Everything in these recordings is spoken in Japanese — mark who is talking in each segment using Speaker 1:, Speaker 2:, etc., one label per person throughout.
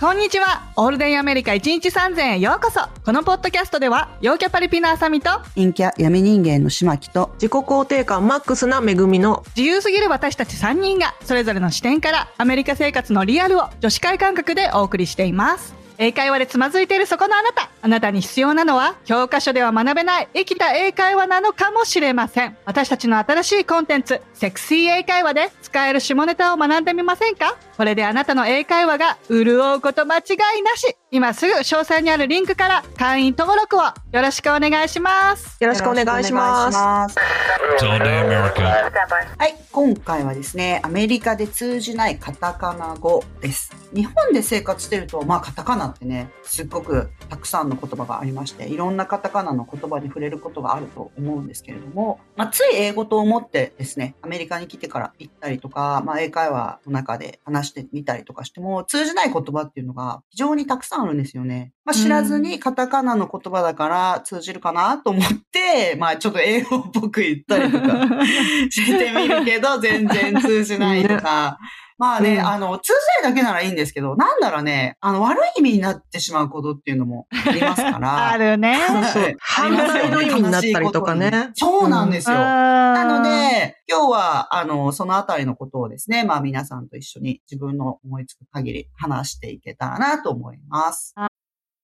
Speaker 1: こんにちは。オールデンアメリカ1日3000へようこそ。このポッドキャストでは、陽キャパリピのあさみと、
Speaker 2: 陰キャ闇人間の島木と
Speaker 3: 自己肯定感マックスな恵みの
Speaker 1: 自由すぎる私たち3人が、それぞれの視点から、アメリカ生活のリアルを女子会感覚でお送りしています。英会話でつまずいているそこのあなた。あなたに必要なのは、教科書では学べない生きた英会話なのかもしれません。私たちの新しいコンテンツ、セクシー英会話で使える下ネタを学んでみませんかこれであなたの英会話が潤うこと間違いなし。今すぐ詳細にあるリンクから会員登録をよろしくお願いします。
Speaker 3: よろしくお願いします。
Speaker 2: す。
Speaker 4: It's all day America.
Speaker 2: はい、今回はですね、アメリカで通じないカタカナ語です。日本で生活してると、まあカタカナってね、すっごくたくさんの言葉がありまして、いろんなカタカナの言葉に触れることがあると思うんですけれども、まあつい英語と思ってですね、アメリカに来てから行ったりとか、まあ英会話の中で話してみたりとかしても、通じない言葉っていうのが非常にたくさんあるんですよね。まあ知らずにカタカナの言葉だから通じるかなと思って、まあちょっと英語っぽく言ったりとか。してみるけど、全然通じないとか。まあね、
Speaker 3: うん
Speaker 2: あの、通じないだけならいいんですけど、なんだろうね、あの、悪い意味になってしまうことっていうのもありますから。
Speaker 1: あるね。
Speaker 3: そう
Speaker 2: はい
Speaker 3: 反対の意味になったりとかね
Speaker 2: 悲しいことにそうなんですよ。な
Speaker 1: な
Speaker 2: の、で、今日は、あの、そのあたりのことをですね、まあ皆さんと一緒に自分の思いつく限り話していけたらなと思います。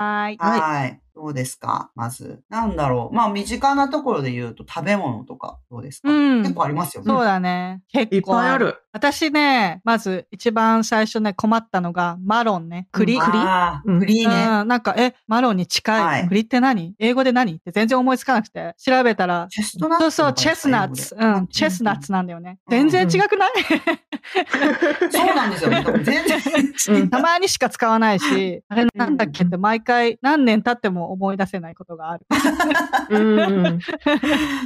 Speaker 1: はい。
Speaker 2: はい。どうですかまず。なんだろう。まあ身近なところで言うと食べ物とかどうですか、
Speaker 1: うん
Speaker 2: 結構ありますよね。
Speaker 1: そうだね。
Speaker 3: い
Speaker 1: 結
Speaker 3: っ
Speaker 1: 構
Speaker 3: ぱいあ。る。
Speaker 1: 私ね、まず一番最初ね、困ったのが、マロンね。栗。
Speaker 3: うん
Speaker 1: 栗
Speaker 2: あー
Speaker 3: うん
Speaker 2: 栗ね。
Speaker 1: うん、なんか、え、マロンに近い。
Speaker 2: はい
Speaker 1: 栗って何英語で何って全然思いつかなくて。調べたら、
Speaker 2: チェストナッツ
Speaker 1: そう
Speaker 2: とか
Speaker 1: そう、チェスナッツ。うん、チェスナッ。ツなんだよね。全然違くない
Speaker 2: 英語でそうなんですよね。全然違う。
Speaker 1: たまにしか使わないし、あれなんだっけって毎回何年経っても思い出せないことがある。
Speaker 3: うん。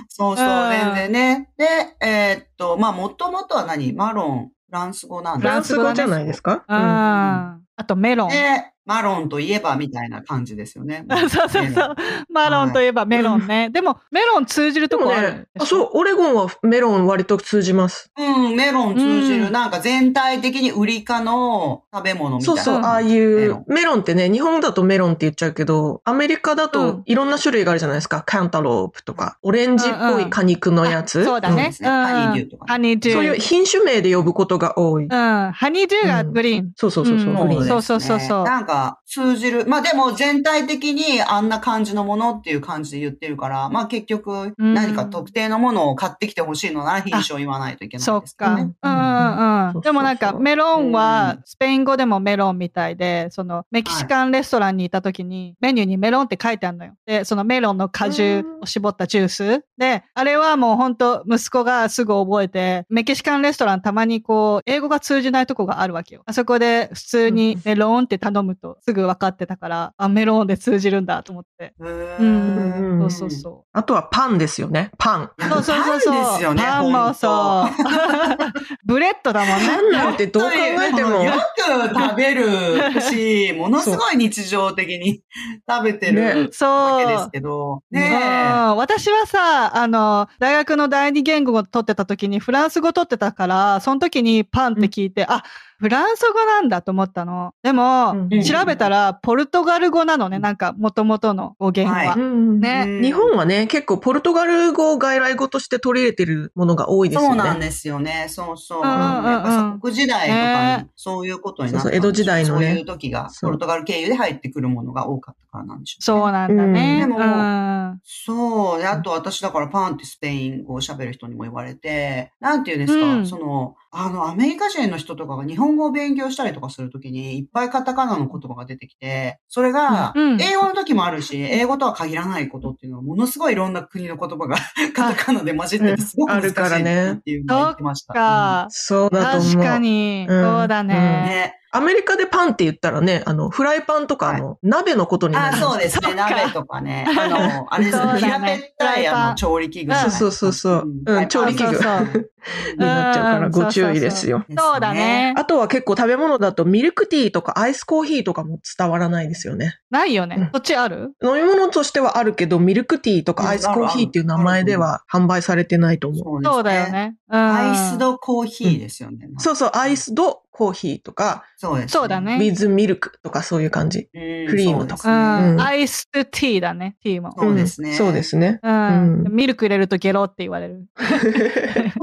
Speaker 2: そうそう、
Speaker 1: うん
Speaker 2: 全然ね。で、えーっと、まあ、もともとは何マロン、フランス語なん
Speaker 3: フ
Speaker 2: だ
Speaker 3: ランス語じゃないですか、
Speaker 1: うん。あとメロン。。
Speaker 2: で、マロンといえばみたいな感じですよね
Speaker 1: そうそうそう。マロンといえばメロンね。でも、メロン通じる
Speaker 3: で
Speaker 1: と
Speaker 3: も
Speaker 1: こある
Speaker 3: ね、あそう、オレゴンはメロン割と通じます。
Speaker 2: うん、メロン通じる。
Speaker 1: うん
Speaker 2: なんか全体的に売り科の食べ物みた
Speaker 3: そ
Speaker 2: いうな。
Speaker 3: そう、ああい
Speaker 2: メ
Speaker 3: う、メ
Speaker 2: ロ
Speaker 3: ロ
Speaker 2: ン
Speaker 3: ンってね、日本だとメロンって言っちゃうけど、アメリカだ
Speaker 1: うん
Speaker 3: といろんな種類があるじゃないですか。カンタロープとか、オレンジっぽい果肉のやつ。
Speaker 1: あそうだね。
Speaker 2: そうですねハニーデューとかね
Speaker 1: ハニーデュー。
Speaker 3: そういう品種名で呼ぶことが多い。
Speaker 1: うん。ハニーデューがグリーン。
Speaker 3: そうそうそうそう。
Speaker 1: うん
Speaker 3: グリーン
Speaker 1: そうそうそうそう
Speaker 2: なんか通じる。まあでも全体的にあんな感じのものっていう感じで言ってるから、まあ結局
Speaker 1: うん
Speaker 2: 何か特定のものを買ってきてほしいのなら品種を言わないといけな
Speaker 1: そ
Speaker 2: い
Speaker 1: っ
Speaker 2: ですけど
Speaker 1: か。う
Speaker 2: ね。
Speaker 1: んうんう
Speaker 3: そ
Speaker 1: ん。
Speaker 3: う
Speaker 1: でもなん
Speaker 3: そう
Speaker 1: か、
Speaker 3: そう
Speaker 1: メロンは
Speaker 2: う、
Speaker 1: スペイン語でもメロンみたいで、その、メキシカンレストランにいた時に、メニューにメロンって書いてあるのよ。で、そのメロンの果汁を絞ったジュース。で、あれはもうほんと、息子がすぐ覚えて、メキシカンレストランたまにこう、英語が通じないとこがあるわけよ。あそこで普通にメロンって頼むと、すぐ分かってたから、あ、メロンで通じるんだと思って。
Speaker 2: うー
Speaker 1: うんそ
Speaker 2: ん。
Speaker 1: うそうそう。
Speaker 3: あとはパンですよね。パン。
Speaker 1: そうそうそうそう。
Speaker 2: パンですよね。
Speaker 1: パンもそう。 ブレッドだもんね。
Speaker 3: パンなんてどう考えても
Speaker 2: よ。く食べるし、ものすごい日常的に食べてるわ
Speaker 1: そう。
Speaker 2: けですけど。ねえ。
Speaker 1: うん私はさ、あの、大学の第二言語を取ってた時にフランス語取ってたから、その時にパンって聞いて、あ、フランス語なんだと思ったの。でも、
Speaker 3: うん
Speaker 1: 調べたらポルトガル語なのね、なんか元々の語源は。
Speaker 2: は
Speaker 3: うん
Speaker 1: ね
Speaker 2: うん
Speaker 3: 日本はね、結構ポルトガル語を外来語として取り入れてるものが多いです
Speaker 2: そ
Speaker 3: よ
Speaker 2: う
Speaker 3: ね。
Speaker 2: なんですよね。そうそう。
Speaker 1: うんうんうん
Speaker 2: やっぱ鎖国時代とか
Speaker 1: ね
Speaker 2: に、そういうことになったん
Speaker 3: そうそう
Speaker 2: でしょ
Speaker 3: 江戸時代のね
Speaker 2: そういう時が、
Speaker 3: そう
Speaker 2: ポルトガル経由で入ってくるものが多かったからなんでしょう。
Speaker 1: そうなんだね。
Speaker 2: うんでも
Speaker 1: うん
Speaker 2: そう。で、あと私だからパンってスペイン語を喋る人にも言われて、なんて言うんですか、
Speaker 1: うん
Speaker 2: その、あの、アメリカ人の人とかが日本語を勉強したりとかするときに、いっぱいカタカナの言葉が出てきて、それが
Speaker 1: うんう、ん
Speaker 2: 英語の時もあるし、英語とは限らないことっていうのは、ものすごいいろんな国の言葉が カタカナで混じって
Speaker 3: うん
Speaker 2: て、すごく難しいなっていうのを言ってました。
Speaker 1: か。
Speaker 3: そうだと思う。
Speaker 1: 確かに、
Speaker 3: うん
Speaker 1: そうだ
Speaker 2: うん
Speaker 1: ね。
Speaker 2: ね。
Speaker 3: アメリカでパンって言ったらね、あの、フライパンとか、あの、鍋のことにな
Speaker 2: あ、
Speaker 3: る。
Speaker 2: そうです
Speaker 1: そ
Speaker 2: ね。
Speaker 1: っか
Speaker 2: 鍋とかね。あの、あれです
Speaker 1: そうだ
Speaker 2: ね。
Speaker 1: ね
Speaker 2: 平べったい、
Speaker 1: フライパン
Speaker 2: あの、調理器具。
Speaker 1: うん
Speaker 3: そうそうそうそううん
Speaker 2: はい
Speaker 3: 調理器具
Speaker 2: あそうそう
Speaker 3: になっちゃうから、
Speaker 1: うん
Speaker 3: ご注意ですよ。
Speaker 1: そうだね。
Speaker 3: あとは結構食べ物だとミルクティーとかアイスコーヒーとかも伝わらないですよね。
Speaker 1: ないよ
Speaker 3: う
Speaker 1: ね
Speaker 3: ん。
Speaker 1: そっちある
Speaker 3: 飲み物としてはあるけど、ミルクティーとかアイスコーヒーっていう名前では販売されてないと思う。
Speaker 2: そうです
Speaker 1: そうだ
Speaker 2: ね
Speaker 1: よ。ね。うん
Speaker 2: アイスドコーヒーですよね。。
Speaker 3: そううそう、アイスドコーヒーとか、
Speaker 2: そうです。
Speaker 1: そうだ。ね。
Speaker 3: ウィズミルクとかそういう感じ。
Speaker 2: ク
Speaker 3: クリームと
Speaker 1: う
Speaker 2: か。
Speaker 1: ん
Speaker 3: うん
Speaker 1: アイスティーだね。ティーも。
Speaker 2: そうですね
Speaker 3: んそうです ね。
Speaker 1: うん
Speaker 3: うん
Speaker 1: ミルク入れるとゲロって言われる。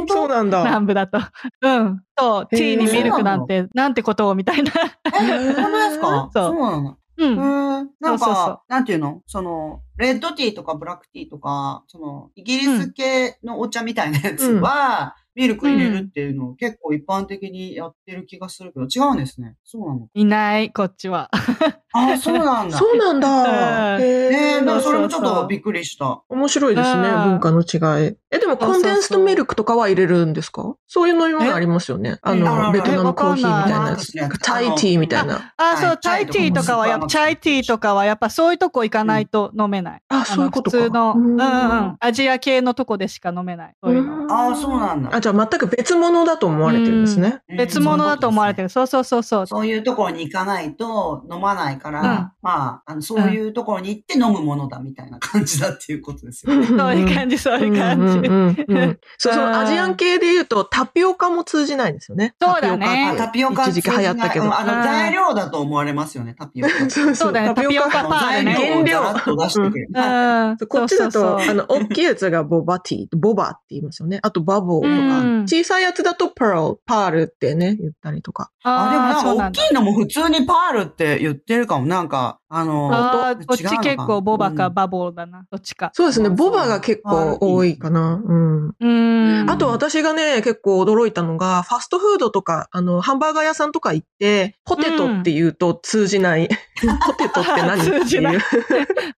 Speaker 3: そうなんだ。
Speaker 1: 南部だと。 うん。そう。テ
Speaker 3: へー
Speaker 1: ィーにミルクなんて、なんてことをみたいな。
Speaker 2: え、本当ですか
Speaker 1: そう
Speaker 2: そうなの。
Speaker 1: うん。
Speaker 2: うん。なん
Speaker 1: そうそうそう
Speaker 2: か、なんていうのその、レッドティーとかブラックティーとか、その、イギリス系のお茶みたいなやつは、ミルク入れるっていうのを結構一般的にやってる気がするけど、違うんですね。そうなの。
Speaker 1: いない、こっちは。
Speaker 2: あ、そうな んだ。
Speaker 3: そうなん
Speaker 1: う
Speaker 3: だ。
Speaker 1: ん
Speaker 3: へー
Speaker 2: ねえ、だから
Speaker 1: そうそ
Speaker 2: そ
Speaker 1: うそ
Speaker 2: れ
Speaker 1: う
Speaker 2: もちょっとびっくりした。
Speaker 3: 面白いですね、
Speaker 1: うん
Speaker 3: 文化の違い。え、でも
Speaker 1: そうそうそう
Speaker 3: コンデンストミルクとかは入れるんですかそういう飲み物ありますよね。あ
Speaker 2: うんある
Speaker 3: の、
Speaker 2: ある
Speaker 3: ベトナムコーヒーみたいなやつ
Speaker 2: えわかんない。
Speaker 3: タイティーみたいな。
Speaker 1: あ、そう、
Speaker 2: はい
Speaker 1: チャイティーとかはやっぱ、
Speaker 2: チ
Speaker 1: チ
Speaker 2: ャ
Speaker 1: ャ
Speaker 2: イ
Speaker 1: イ
Speaker 2: テ
Speaker 1: テ
Speaker 2: ィ
Speaker 1: ィ
Speaker 2: ー
Speaker 1: ーとかはやっぱそういうとこ行かないと飲めない。
Speaker 3: あ、そういうことか。
Speaker 1: あの普通の、うんうん
Speaker 3: あ
Speaker 1: アジア系のとこでしか飲めない。そういうのは。
Speaker 2: ああ、そうなんだ。
Speaker 3: じゃあ全く別物だと思われてるんですね。
Speaker 2: うん
Speaker 1: 別物だと思われてる。そうそうそうそう。
Speaker 2: そういうところに行かないと飲まないから、
Speaker 1: うん
Speaker 2: まああの、そういうところに行って飲むものだみたいな感じだっていうことですよね。
Speaker 1: そういう感じ、そういう
Speaker 3: うん
Speaker 1: 感じ。
Speaker 3: うんうんうんそう、
Speaker 1: うん
Speaker 3: そのアジアン系で言うとタピオカも通じないんですよね。
Speaker 1: そうだね
Speaker 2: あタピオカ
Speaker 3: 一時期流行ったけど
Speaker 2: うん。あ
Speaker 1: う
Speaker 2: の、
Speaker 1: ん
Speaker 2: 材料だと思われますよね、タピオカ。
Speaker 3: そ う
Speaker 1: そうだね、タピオカ
Speaker 2: あ
Speaker 1: パ
Speaker 2: の
Speaker 1: ー
Speaker 2: 材
Speaker 1: でね。
Speaker 2: 料をざらっと出してくれる。
Speaker 1: うん
Speaker 3: そうこっちだと、
Speaker 1: そうそうそう
Speaker 3: あの、大きいやつがボバティ、 ボバって言いますよね。あとバボーとか、
Speaker 1: うん
Speaker 3: 小さいやつだとパール、パールってね、言ったりとか。
Speaker 1: ー
Speaker 2: あ、で
Speaker 1: そ
Speaker 2: も
Speaker 1: う
Speaker 2: な
Speaker 1: なんんだ
Speaker 2: か大きいのも普通にパールって言ってるかも。なんか、あの、
Speaker 1: あ
Speaker 2: 違う
Speaker 1: ー
Speaker 2: の
Speaker 1: こっ
Speaker 2: か
Speaker 1: ち
Speaker 2: な
Speaker 1: 結構ボバ
Speaker 2: う
Speaker 1: か
Speaker 2: ん
Speaker 1: バボーだな。どっちか。
Speaker 3: そうですね、
Speaker 2: あ
Speaker 3: ボバが結構多いかな。うん。
Speaker 1: うん。
Speaker 3: あと私がね、結構驚いたのが、ファストフードとか、あの、ハンバーガー屋さんとか行って、ポテトって言うと通じない。ポテトって何ってい う。
Speaker 1: 通じない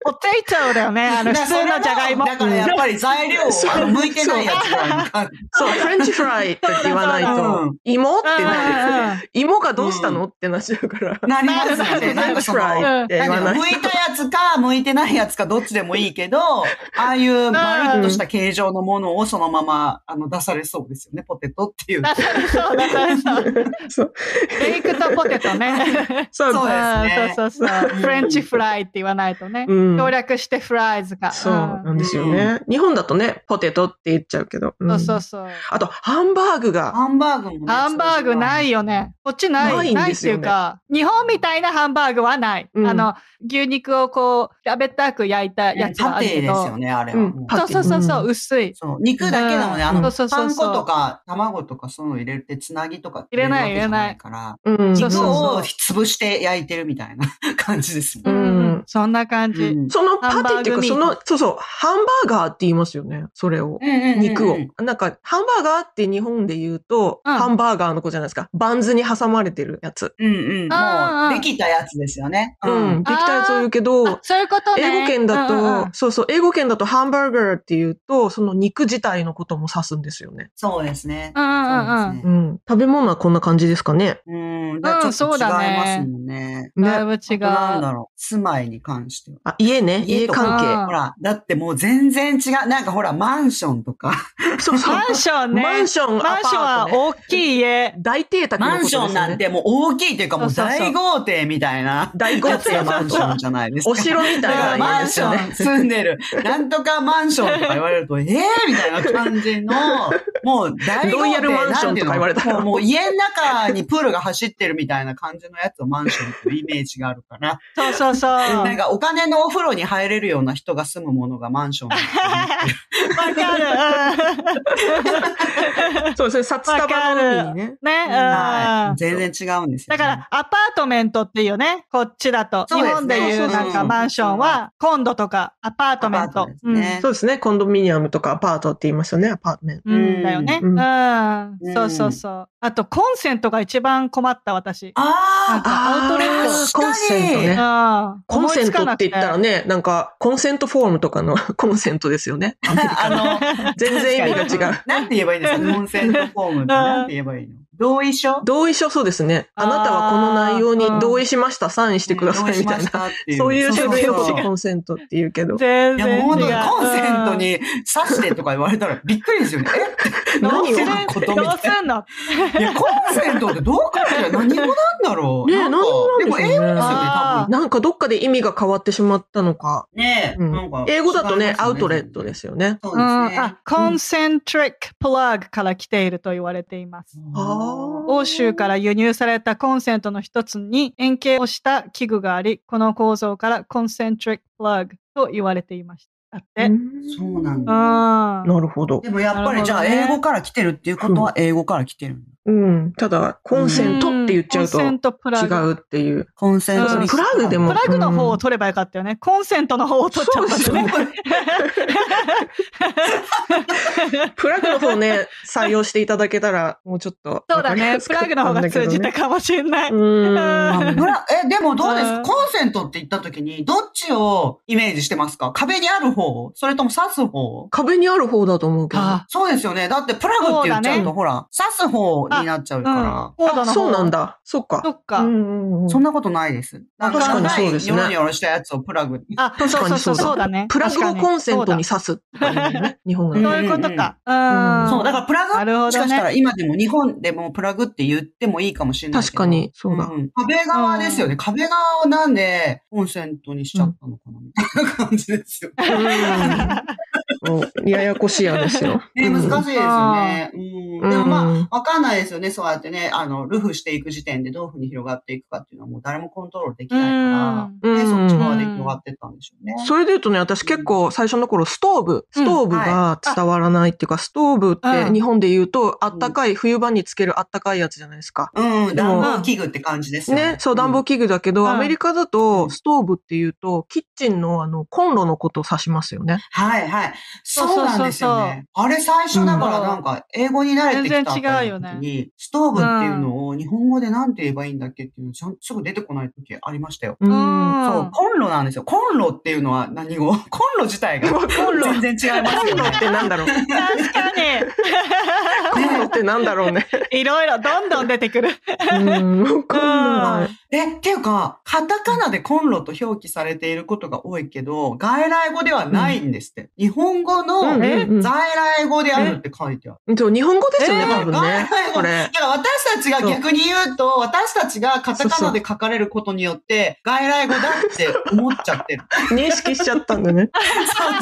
Speaker 1: ポテトだよね。あの、
Speaker 2: だから
Speaker 1: 普
Speaker 2: それ
Speaker 1: 通
Speaker 2: も
Speaker 1: のじゃがいも。
Speaker 2: だからやっぱり材料をあの剥いてないやつがある
Speaker 3: そう、フレンチフライって言わない
Speaker 2: そうだそう
Speaker 3: と
Speaker 2: だ、
Speaker 3: 芋って
Speaker 1: うんうん
Speaker 3: なる。
Speaker 1: うん
Speaker 3: 芋がどうした
Speaker 2: う
Speaker 3: のってなっちゃうから。
Speaker 2: なります
Speaker 1: な
Speaker 2: よね。
Speaker 1: る
Speaker 2: なんかその、
Speaker 3: イって言わない
Speaker 2: 向いたやつか、向いてないやつか、どっちでもいい けど、ああいうまるっとした形状のものをそのまま、あの、出されそうですよね、ポテトっていう。
Speaker 1: 出されそう、出されそう。
Speaker 3: と。 そう。
Speaker 1: ベイクとポテトね。
Speaker 3: そう
Speaker 2: そうですね
Speaker 1: んそうそうそう。フレンチフライって言わないとね。
Speaker 3: うん
Speaker 1: 省略してフライズが。
Speaker 3: そうなんんですよね。日本だとね、ポテトって言っちゃうけど。うん
Speaker 1: そうそうそう。
Speaker 3: あと、ハンバーグが。
Speaker 2: ハンバーグもね
Speaker 1: ハンバーグないよね。。こっちない。
Speaker 3: ないん
Speaker 1: ない
Speaker 3: で
Speaker 1: っ
Speaker 3: す
Speaker 1: てい
Speaker 3: よ
Speaker 1: う
Speaker 3: ね
Speaker 1: か、日本みたいなハンバーグはない。
Speaker 3: うん
Speaker 1: あの、牛肉をこう、平べったく焼いた
Speaker 2: そういうのは
Speaker 1: や
Speaker 2: ね
Speaker 1: つはある
Speaker 2: 縦
Speaker 1: け
Speaker 2: ですよ
Speaker 1: ど。
Speaker 2: ね、あれは。
Speaker 3: うん
Speaker 2: うん
Speaker 3: パ
Speaker 1: そうそうそうそうう、薄い。
Speaker 2: そう肉だけなので、
Speaker 3: うん
Speaker 2: あの、
Speaker 1: そうそう
Speaker 2: パ
Speaker 1: そう
Speaker 2: ン
Speaker 1: そう
Speaker 2: 粉とか卵とかそういうの入れて、つなぎとか
Speaker 1: 入れない入れない
Speaker 2: わけじゃから、
Speaker 3: うん
Speaker 1: そう
Speaker 2: 肉
Speaker 1: そう
Speaker 2: を潰して焼いてるみたいな 感じですも。
Speaker 1: うんんうん
Speaker 3: うん
Speaker 1: そんな感じ。
Speaker 2: うん
Speaker 3: そのパティっていうか、
Speaker 1: ハ
Speaker 3: そ
Speaker 1: ンバーグミー
Speaker 3: の、そうそう、ハンバーガーって言いますよね。それを。
Speaker 2: うんうんうんうん
Speaker 3: 肉を。なんか、ハンバーガーって日本で言うと、
Speaker 1: うん
Speaker 3: ハンバーガーの子じゃないですか。バンズに挟まれてるやつ。
Speaker 2: うんうん。
Speaker 1: あ
Speaker 2: も
Speaker 1: ー
Speaker 2: う、できたやつですよね。
Speaker 3: うん。できたやつを言うけ
Speaker 1: あ
Speaker 3: ど、
Speaker 1: そういうことね。
Speaker 3: 英語圏だと、
Speaker 1: うんうんうん
Speaker 3: そうそう、英語圏だとハンバーガーって言うと、その肉自体のことも指すんですよね。
Speaker 2: そうですね。
Speaker 1: うんうんうんうん
Speaker 2: そうです
Speaker 3: う
Speaker 2: ね
Speaker 3: ん。食べ物はこんな感じですかね。
Speaker 2: うん。だからちょっと違いますもんね。
Speaker 1: だい
Speaker 3: ね。
Speaker 1: ぶ違う。
Speaker 2: なんだろう。住まいに関しては。
Speaker 3: あ、家ね。
Speaker 2: 家
Speaker 3: 家
Speaker 2: とか
Speaker 3: 関
Speaker 1: うん
Speaker 2: ほら、だってもう全然違う。なんかほら、マンションとか。
Speaker 3: 係。そうそう。
Speaker 1: マンションね。
Speaker 3: マンション、
Speaker 1: マンション
Speaker 3: ア
Speaker 1: は
Speaker 3: パートね
Speaker 1: 大きい家。
Speaker 3: 大邸宅のこ
Speaker 2: マン
Speaker 3: とです
Speaker 2: シ
Speaker 3: よ
Speaker 2: ョ
Speaker 3: ね。
Speaker 2: ンなんてもう大きいというかもう
Speaker 1: そうそうそう
Speaker 2: 大豪邸みたいな。
Speaker 3: 大豪邸
Speaker 2: マンションじゃないですか。
Speaker 3: お城み
Speaker 2: だか
Speaker 3: た
Speaker 2: ら
Speaker 3: いな
Speaker 2: マ
Speaker 3: 家
Speaker 2: ン
Speaker 3: です
Speaker 2: シ
Speaker 3: よね。
Speaker 2: ョン住んでる、なんとかマンションとか言われると、ええみたいな感じの、もう大豪邸
Speaker 3: ロイヤルマンションとか言われたら
Speaker 2: なんていうのもうもう家の中にプールが走ってるみたいな感じのやつをマンションっていうイメージがあるから。
Speaker 1: そうそうそう。
Speaker 2: なんかお金のお風呂に入れるような人が住むものがマンション。
Speaker 1: わかる。うん
Speaker 3: そうですね、札束の海にね。
Speaker 1: ね、
Speaker 2: は
Speaker 1: うん
Speaker 2: い。。 全然違うんですよ、
Speaker 1: だから、アパートメントっていうよね、こっちだと。
Speaker 2: そ
Speaker 1: 日
Speaker 2: うですね
Speaker 1: 本でいうなんかマンションは、コンドとかアパートメン
Speaker 2: アパー
Speaker 1: ト
Speaker 2: トで。す
Speaker 1: うん
Speaker 2: ね
Speaker 3: そうですね、コンドミニアムとかアパートって言いますよね、アパートメント。
Speaker 1: うんだよね。
Speaker 3: う
Speaker 1: うんん。
Speaker 2: うん
Speaker 1: そうそうそう。あと、コンセントが一番困った私。なん
Speaker 2: あ
Speaker 1: か
Speaker 2: あ、
Speaker 1: アウトレット。
Speaker 3: あーコンセントね。
Speaker 1: うん
Speaker 3: コンセントって言ったら
Speaker 1: 思い
Speaker 3: ね、なんか、コンセントフォームとかの コンセントですよね。
Speaker 2: あの、
Speaker 3: 全然意味が違う。
Speaker 2: なんて言えばいいんですかコンセントフォームって。なんて言えばいいの同意書
Speaker 3: 同意書そうですね。あなたはこの内容に同意しました、サインしてくださいみたいな。
Speaker 2: な。
Speaker 3: そういう書類を
Speaker 2: そうそうそう
Speaker 3: コンセントって言うけど
Speaker 1: つ。かなくて全
Speaker 2: いや、もう本当
Speaker 1: 然違
Speaker 2: に
Speaker 1: う。
Speaker 2: コンセントに刺してとか言われたらびっくりですよね。え
Speaker 1: どう
Speaker 3: 何
Speaker 1: す
Speaker 3: を
Speaker 1: る
Speaker 2: 何をこと
Speaker 1: ど
Speaker 2: み
Speaker 1: う
Speaker 2: たい
Speaker 1: すんの
Speaker 2: な。いや、コンセントってどう考えたら何語なんだろう。
Speaker 3: ね
Speaker 2: な
Speaker 3: え
Speaker 2: んかで
Speaker 3: 何語なんでしょうね
Speaker 2: も英語ですよね、多
Speaker 1: あ
Speaker 2: 分。
Speaker 3: なんかどっかで意味が変わってしまったのか。
Speaker 2: ねえ、
Speaker 3: うん
Speaker 2: なんか
Speaker 3: 英語だとね、アウトレット
Speaker 2: す
Speaker 3: で。すよね。
Speaker 2: そう
Speaker 1: うん、
Speaker 2: ですね
Speaker 1: あ。、コンセントリックプラグから来ていると言われています。
Speaker 3: あー
Speaker 1: 欧州から輸入されたコンセントの一つに円形をした器具があり、この構造からコンセントリックプラグと言われていました。だって。
Speaker 3: う
Speaker 1: うん。
Speaker 3: ん
Speaker 2: そうなんだ。
Speaker 1: あ
Speaker 3: なるほど
Speaker 2: で。もやっぱり、じゃあ
Speaker 1: なるほどね
Speaker 2: 英語から来てるっていうことは英語から来てる。
Speaker 3: うん。ただ、コンセントって言っちゃうと
Speaker 1: コンセ
Speaker 3: 違
Speaker 1: ントプラグ。
Speaker 3: うっていう。
Speaker 2: コンセント
Speaker 1: う
Speaker 2: に
Speaker 1: ん
Speaker 3: プラグでも
Speaker 1: プラグの方を取ればよかったよね。コンセントの方を取っちゃったんだね。
Speaker 3: プラグの方ね、採用していただけたら、もうちょっと。
Speaker 1: そうだね。プラグの方が通じた
Speaker 3: か
Speaker 1: かもしれない。
Speaker 3: う
Speaker 2: あ
Speaker 3: ん
Speaker 2: ブ。ラえ、でもどうです
Speaker 1: うん
Speaker 2: コンセントって言った時に、どっちをイメージしてますか壁にある方それとも刺す方
Speaker 3: 壁にある方だと思うけど。
Speaker 1: あ
Speaker 2: そうですよね。だってプラグって言っちゃ
Speaker 1: そう
Speaker 2: う
Speaker 1: だ
Speaker 2: と、
Speaker 3: ね
Speaker 2: ほら、刺す方になっちゃう
Speaker 1: うん
Speaker 2: か。
Speaker 1: コードの方
Speaker 3: そうなん。だ。そっか。
Speaker 1: そっか
Speaker 3: うんうんう
Speaker 2: ら、
Speaker 3: ん
Speaker 2: そんなことないです。なんか
Speaker 3: 確かに
Speaker 2: ない
Speaker 3: そうですね
Speaker 2: よろよろしたやつをプラグに。
Speaker 1: あ、そうそうそう、そうだね。
Speaker 3: プラグをコンセントに
Speaker 1: そ
Speaker 3: 刺すとか言うよね。日
Speaker 1: う
Speaker 3: 本が。
Speaker 1: だそういうことか。
Speaker 3: うん
Speaker 2: そう、だから
Speaker 1: ら、
Speaker 2: プラグ
Speaker 1: なるほどね
Speaker 2: もしかしたら今でも日本でもプラグって言ってもいいかもしれないけど。
Speaker 3: 確かに、そうだ。
Speaker 2: ん壁側ですよね。壁側をなんでコンセントにしちゃったのかなみたいな感じ ですよ。
Speaker 3: うんもうややこしい話よ。
Speaker 2: ね、難しいですよね。
Speaker 3: う
Speaker 2: うんん、でもまあ、わかんないですよね。そうやってね、あの、ルフしていく時点でどういうふうに広がっていくかっていうのはもう誰もコントロールできないから、
Speaker 3: うん
Speaker 2: ね、
Speaker 3: うん
Speaker 2: そっち側で広がってったんでしょうね。
Speaker 3: それで言うとね、私結構最初の頃、ストーブ、ストーブが伝わらないっていうか、ストーブって日本で言うと、あったかい、冬場につけるあったかいやつじゃないですか。
Speaker 2: うん、うん、
Speaker 3: でも
Speaker 2: 暖房器具って感じですよね。
Speaker 3: ね、そう、暖房器具だけど、
Speaker 1: うん
Speaker 3: アメリカだ
Speaker 2: う
Speaker 3: と、
Speaker 2: ん
Speaker 3: ストーブっていうと、キッチンのあの、コンロのことを指しますよね。
Speaker 2: はいはい。
Speaker 1: そう
Speaker 2: そうなんですよね。あれ最初だからなんか、英語に慣れてきた
Speaker 1: 全然違うよね
Speaker 2: 時に、ストーブっていうのを日本語で何て言えばいいんだっけっていうのちゃんすぐ出てこない時ありましたよ。
Speaker 3: う。
Speaker 1: うんん。
Speaker 2: そう、コンロなんですよ。コンロっていうのは何語 コンロ自体が。
Speaker 3: コンロ
Speaker 2: 全然違います
Speaker 3: コン
Speaker 2: よ
Speaker 3: ロ
Speaker 2: ね。
Speaker 3: ってなんだろう
Speaker 1: 確か
Speaker 3: コンロってなんだろうね。
Speaker 1: に。いろいろ、どんどん出てくる。
Speaker 3: うん、コンロは。
Speaker 2: え、っていうか、カタカナでコンロと表記されていることが多いけど、外来語ではないんですって。日本語
Speaker 3: うん
Speaker 2: の
Speaker 3: うん
Speaker 2: 在
Speaker 3: うん
Speaker 2: 来語であるって書いてある。
Speaker 3: そう、日本語ですよ
Speaker 1: え
Speaker 3: ね、
Speaker 1: ー
Speaker 3: 多分ね。これ
Speaker 2: だ。から私たちが逆に言うと、私たちがカタカナで書かれることによって、外来語だって思っちゃってる。
Speaker 3: 認識しちゃったんだね。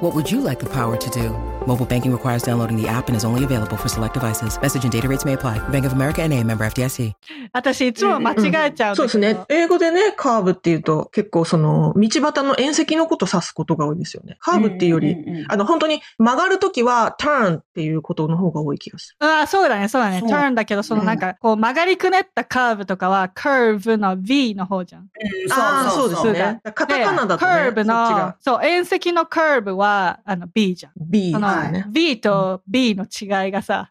Speaker 5: What would you like the power to do? Mobile banking requires downloading the app and is only available for select devices. Message and data rates may apply. Bank of America and a member FDIC.
Speaker 1: 私いつも間違えちゃうんだけど。
Speaker 3: そうですね。英語でね、カーブっていうと結構その道端の縁石のこと指すことが多いですよね。カーブっていうより、
Speaker 2: んんん
Speaker 3: あの本当に曲がるときは turn っていうことの方が多い気がする。
Speaker 1: ああ、そうだね、そうだね。
Speaker 2: そう
Speaker 1: turn だけど、そのなんか、こう曲がりくねったカーブとかは、curve の v の方じゃん。
Speaker 3: ああ、そうです
Speaker 1: そう
Speaker 3: よ
Speaker 1: だ
Speaker 3: ね。カタカナだとね、
Speaker 1: で curve
Speaker 3: そっち
Speaker 1: の
Speaker 3: が、
Speaker 1: そう、遠赤の curve は、あの、b じゃん。
Speaker 3: B
Speaker 1: そ
Speaker 3: で
Speaker 1: の
Speaker 3: すね。
Speaker 1: v と b の違いが さ、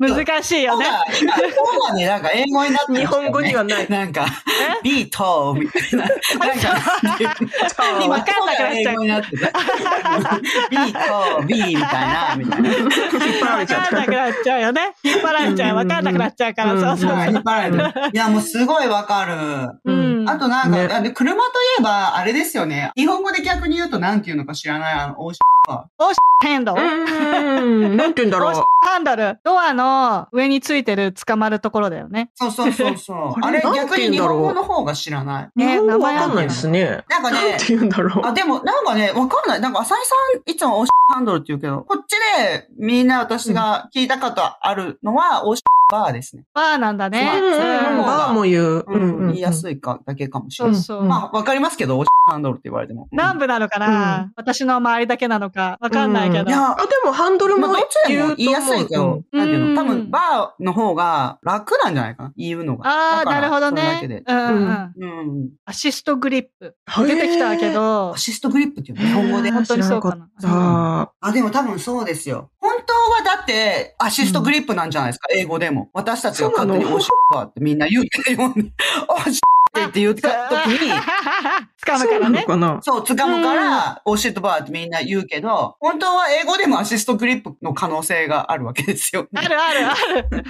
Speaker 1: 難しいよ
Speaker 2: そう
Speaker 1: ね。
Speaker 2: だ、今、そうだね、なんか英語になってますよね
Speaker 3: 日本語には ない。
Speaker 2: なんか、ビートみたいな。なんか、
Speaker 1: 今わかんなくなっちゃう
Speaker 2: 英語になってた。ビート、ビーみたいな、みたいな。
Speaker 3: 引っ張ら
Speaker 1: わ
Speaker 3: れちゃっ
Speaker 1: かんな
Speaker 3: た
Speaker 1: く。なっちゃうよね。引っ張られちゃう。わかんなくなっちゃうから、
Speaker 3: うん
Speaker 1: そうそう
Speaker 2: は
Speaker 1: そ
Speaker 2: い引
Speaker 1: う
Speaker 2: っ。張られてるいや、もうすごいわかる。
Speaker 1: うん。
Speaker 2: あとなんか、
Speaker 3: ね
Speaker 2: あの車といえば、あれですよね。日本語で逆に言うと何て言うのか知らない。あの、おし
Speaker 1: ハンドル。
Speaker 3: うん。なんて言うんだろう。
Speaker 1: ハンドル。ドアの上についてる捕まるところだよね。
Speaker 2: そうそうそうそう。あ
Speaker 3: あれ
Speaker 2: れ
Speaker 3: なん
Speaker 2: 逆
Speaker 3: て言
Speaker 2: に
Speaker 3: うん
Speaker 2: 日
Speaker 3: だろう
Speaker 2: 本語の方が知らない。
Speaker 3: 日
Speaker 1: ね、
Speaker 3: 本
Speaker 1: 名
Speaker 3: 語わ
Speaker 1: 前あ
Speaker 3: か
Speaker 1: る
Speaker 3: んないですね。
Speaker 2: なんか
Speaker 3: なん
Speaker 2: ね
Speaker 3: て、言うんだ ろ
Speaker 2: あ、
Speaker 3: う。
Speaker 2: でも、なんかね、わかんない。なんか、浅井さん、いつもおしハンドルって言うけど、こっちで、みんな私が聞いたことあるのは、おしバーですね。
Speaker 1: バーなんだね。
Speaker 2: そう
Speaker 3: うんうん
Speaker 2: そうの
Speaker 3: ん
Speaker 2: 方が
Speaker 3: バーも言う。
Speaker 2: う
Speaker 3: うん
Speaker 2: ん、言いや
Speaker 3: い。
Speaker 2: すいか、だけかもし
Speaker 1: そ
Speaker 2: れな
Speaker 1: う
Speaker 2: い。
Speaker 1: そう。
Speaker 3: うん
Speaker 2: まあ、わかりますけど、おしハンドルって言われても。うん
Speaker 1: 南部なのかな、
Speaker 3: う
Speaker 1: 私の周りだけなのか、わかんないけ
Speaker 3: うん
Speaker 1: ど。
Speaker 2: いや
Speaker 3: あ、、でもハンドル
Speaker 2: まあ、
Speaker 3: も
Speaker 2: どっちで
Speaker 3: 言う
Speaker 2: も
Speaker 3: と
Speaker 2: 言いやすいけど、
Speaker 1: うん
Speaker 2: なんていうの多
Speaker 1: うん
Speaker 2: 分、バーの方が楽なんじゃないかな言うのが。
Speaker 1: ああ、
Speaker 2: だか
Speaker 1: な
Speaker 2: ら
Speaker 1: るほど
Speaker 2: それだけ
Speaker 1: ね
Speaker 2: で。
Speaker 1: うんうんう。
Speaker 3: うん
Speaker 2: うん。
Speaker 1: アシストグリップ。出てきたけ。ど
Speaker 2: ア、シストグリップっていうの日本語で
Speaker 3: へー。
Speaker 1: 本当にそうかな。
Speaker 3: さあ、
Speaker 2: あ、でも多分そうですよ。本当はだって、アシストグリップなんじゃないですか、英語でも。私たちが勝手に
Speaker 3: そうなの
Speaker 2: おしっぱってみんな言ってるよね。おしっぱって言った時に、
Speaker 1: 掴むか
Speaker 3: そうな
Speaker 1: ら
Speaker 3: の
Speaker 1: ね。
Speaker 3: かな
Speaker 2: そう、つかむから、オーシットバーってみんな言うけど、本当は英語でもアシストグリップの可能性があるわけですよ
Speaker 1: あ
Speaker 2: ね。
Speaker 1: るあるあ る。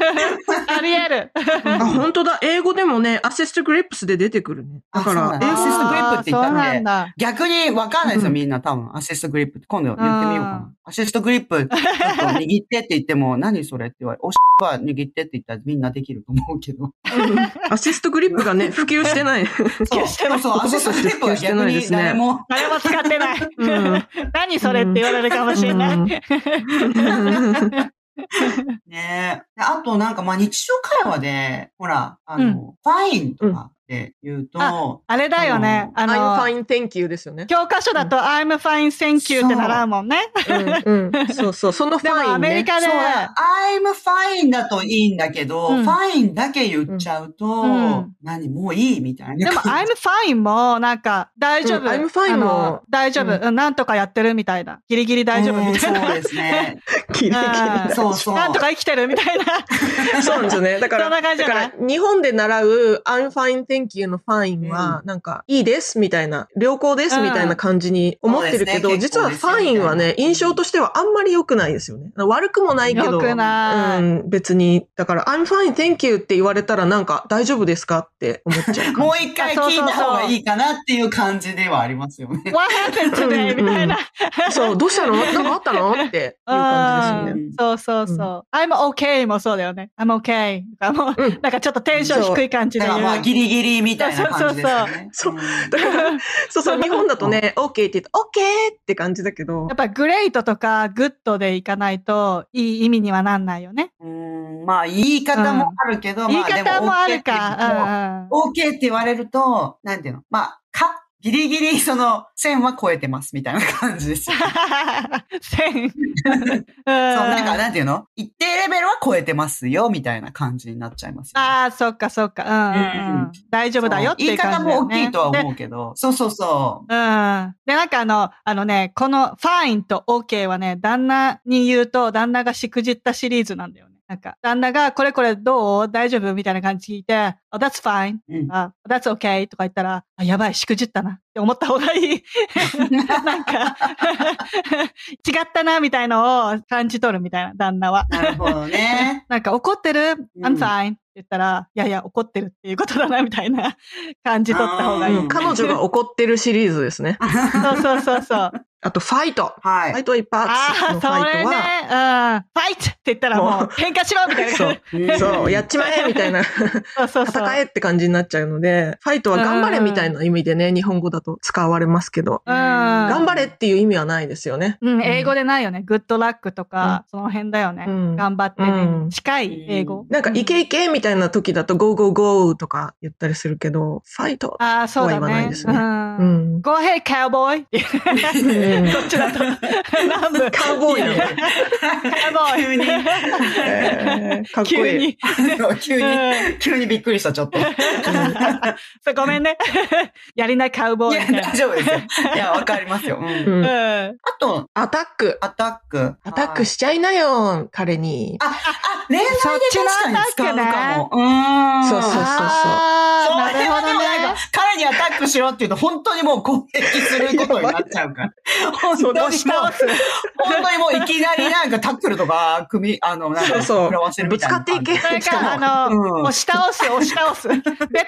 Speaker 1: ありえる。
Speaker 3: あ、本当だ。英語でもね、アシストグリップスで出てくるね。だから、
Speaker 2: あそう
Speaker 3: 英
Speaker 2: なア
Speaker 3: 語
Speaker 2: シストグリップって言ったんで
Speaker 1: あーそうなんだ。
Speaker 2: 逆にわかんないです
Speaker 3: う
Speaker 2: よ、
Speaker 3: ん
Speaker 2: みんな多分。アシストグリップって今度言ってみようか
Speaker 1: う
Speaker 2: な。アシストグリップ、ちょっと握ってって言って も、何それって言われ、オーシットバー握ってって言ったらみんなできると思うけど。
Speaker 3: アシストグリップが ね、普及してない。
Speaker 2: そう、そうそう、アシストグリップは逆に誰も、
Speaker 1: 誰も使ってない。
Speaker 3: うん
Speaker 1: 何それって言われるかもしれない。
Speaker 3: うん
Speaker 2: ねえ。であとなんかまあ日常会話で、ほら、あの、ファインとかって言うと、
Speaker 1: ああれだよね。あ
Speaker 3: I'm
Speaker 1: の、
Speaker 3: fine, thank you ですよ ね。
Speaker 1: 教科書だと I'm fine, thank you って習うもんね。
Speaker 3: うんうんそうそう、そのフ
Speaker 1: でも
Speaker 3: ァイ
Speaker 1: ア
Speaker 3: ン
Speaker 1: メ
Speaker 3: ね
Speaker 1: リ。カで
Speaker 2: そう、I'm fine だといいんだけど、
Speaker 1: うん
Speaker 2: ファインだけ言っちゃうと、
Speaker 1: うん
Speaker 2: 何、もういいみたい
Speaker 1: で
Speaker 2: な
Speaker 1: も
Speaker 2: 感
Speaker 1: I'm fine もなんか大丈夫。
Speaker 3: うん I'm fine
Speaker 1: あの
Speaker 3: も
Speaker 1: 大丈夫。
Speaker 3: うん
Speaker 1: うんなんとかやってるみたいな。ギリギリ大
Speaker 2: じ。
Speaker 1: 丈夫みたい
Speaker 2: うん
Speaker 1: な。
Speaker 2: そうで すね。
Speaker 3: キレキレだ
Speaker 1: うん
Speaker 2: そうそ う。
Speaker 1: なんとか生きてるみたいな。
Speaker 3: そうなんですよね。だか
Speaker 1: そんな
Speaker 3: ら、
Speaker 1: 感じ
Speaker 3: だ
Speaker 1: じゃ
Speaker 3: か
Speaker 1: ない
Speaker 3: ら日本で習う I'm fine, thank you の fine は、なんか、いいですみたいな、良好ですみたいな感じに思ってるけど、
Speaker 2: うん
Speaker 3: 実
Speaker 2: そ
Speaker 3: は
Speaker 2: うですね
Speaker 3: fine
Speaker 2: 結構です
Speaker 3: はね
Speaker 2: みたい、な
Speaker 3: 印象としてはあんまり良くないですよね。悪くもないけ
Speaker 1: よ
Speaker 3: ど、
Speaker 1: くな
Speaker 3: う
Speaker 1: い。
Speaker 3: ん、別に、だから、I'm fine, thank you って言われたらなんか大丈夫ですかって思っちゃう。
Speaker 2: もう一回聞いた方がいいかなっていう感じではありますよね。
Speaker 1: What happened today? みたいな。
Speaker 3: そう、どうしたのなんかあったのっていう感じですよね。
Speaker 2: うん
Speaker 1: そうそうそう。I'm okay もそうだよね。I'm okay. なんかもう、
Speaker 3: うん
Speaker 1: なんかちょっとテンション低い感じ
Speaker 2: だ
Speaker 1: で
Speaker 2: か
Speaker 1: 言う。
Speaker 2: らまあギリギリみたいな感じですよね。
Speaker 3: そうそ
Speaker 2: ん
Speaker 3: だから、そうそう、日本だとね、OK って言って、OK って感じだけど
Speaker 1: やっ、ぱグレートとかグッドでいかないといい意味にはなんないよね。
Speaker 2: うんまあ言い方もあるけど、
Speaker 1: 言い
Speaker 2: まあで
Speaker 1: 方もある
Speaker 2: も
Speaker 1: か。
Speaker 2: OK って言うと OK って言われると、なんていうのまあ、か、ギリギリその線は超えてますみたいな感じ ですよね。
Speaker 1: せ ん。
Speaker 2: そう、
Speaker 1: な
Speaker 2: なんか、なんていうの一定レベルは超えてますよ、みたいな感じになっちゃいますよね、
Speaker 1: ああ、そっかそっか。うんうんう
Speaker 2: うん
Speaker 1: ん。大丈夫だよっていう感じだ
Speaker 2: そう
Speaker 1: よ
Speaker 2: 言い方も大き
Speaker 1: ね。
Speaker 2: いとは
Speaker 1: で
Speaker 2: 思うけど。そうそうそう。
Speaker 1: うん。で、なんかあの、あのね、このファインと OK はね、旦那に言うと、旦那がしくじったシリーズなんだよね。なんか、旦那が、これこれどう大丈夫みたいな感じ聞いて、oh, that's fine.
Speaker 2: うん
Speaker 1: あ、that's okay. とか言ったら、あ、やばい、しくじったなって思った方がいい。 なんか、 違ったな、みたいのを感じ取るみたいな、旦那は。。
Speaker 2: なるほどね
Speaker 1: なんか怒ってる
Speaker 2: うん
Speaker 1: ?I'm fine. って言ったら、いやいや、怒ってるっていうことだな、みたいな感じ取った方がいい。
Speaker 2: う
Speaker 3: うんん彼女が怒ってるシリーズですね。
Speaker 1: そうそうそうそう。
Speaker 3: あと、ファイト。
Speaker 2: は
Speaker 3: ファイ
Speaker 2: い。
Speaker 3: ト一
Speaker 1: あ
Speaker 3: 発
Speaker 1: あ、
Speaker 3: の
Speaker 1: そ
Speaker 3: ファイ
Speaker 1: れね。
Speaker 3: ト
Speaker 1: うん
Speaker 3: は、。
Speaker 1: ファイトって言ったらもう
Speaker 3: もう
Speaker 1: 喧嘩しろみたいな。
Speaker 3: そ
Speaker 1: そう
Speaker 3: そう、やっちまえみたいな、
Speaker 1: うそうそう。
Speaker 3: 戦えって感じになっちゃうので、ファイトは頑張れみたいな意味でね、日本語だと使われますけど、
Speaker 1: うん。
Speaker 3: 頑張れっていう意味はないですよね。
Speaker 1: うん、英語でないよね。グッドラックとか、その辺だよね。
Speaker 3: うん
Speaker 1: 頑張ってね。
Speaker 3: うん
Speaker 1: 近い英語。
Speaker 3: なんか、イケイケみたいな時だと、ゴーゴーゴーとか言ったりするけど、ファイト。
Speaker 1: ああ、そうだ
Speaker 3: は言わない
Speaker 1: ね
Speaker 3: で。す
Speaker 1: う。
Speaker 3: ねうんん。
Speaker 1: Go ahead, cowboy!
Speaker 3: ん
Speaker 1: どっちだ と。 南部。
Speaker 3: カウボーイなの。
Speaker 2: 急に
Speaker 3: えーかっこ
Speaker 1: 急
Speaker 3: いい。
Speaker 1: に。
Speaker 2: そう急
Speaker 1: う
Speaker 2: に、急にびっくりした、ちょっと。い
Speaker 1: そうごめん ね。やりないカウボーイ
Speaker 2: や、
Speaker 1: みたいな
Speaker 2: 大丈夫で すよ。いや、わかりますよ。うん
Speaker 3: う
Speaker 1: う
Speaker 3: ん
Speaker 1: ん。
Speaker 2: あと、
Speaker 3: アタック。
Speaker 2: アタック。
Speaker 3: アタックしちゃいなよ、彼に。
Speaker 2: あ、あ、恋愛で確かに使うかも。うーん。
Speaker 3: そうそうそうそう。
Speaker 1: ああ、なるほ
Speaker 2: で
Speaker 1: ど
Speaker 2: もなん
Speaker 1: ね
Speaker 2: か。、彼にアタックしろって言うと、本当にもう攻撃することになっちゃう から。本当にもう、
Speaker 1: 押
Speaker 2: 本
Speaker 1: し倒す。
Speaker 2: 当にもういきなりなんかタックルとか、組み、あの、なん
Speaker 3: そ
Speaker 2: か、
Speaker 3: うそう
Speaker 2: 食らわせるみたいな
Speaker 3: ぶつかっていけ
Speaker 1: それ
Speaker 2: し
Speaker 1: か、
Speaker 2: かも
Speaker 1: あの、
Speaker 2: うん
Speaker 1: 押し倒す、押し倒す。ベッ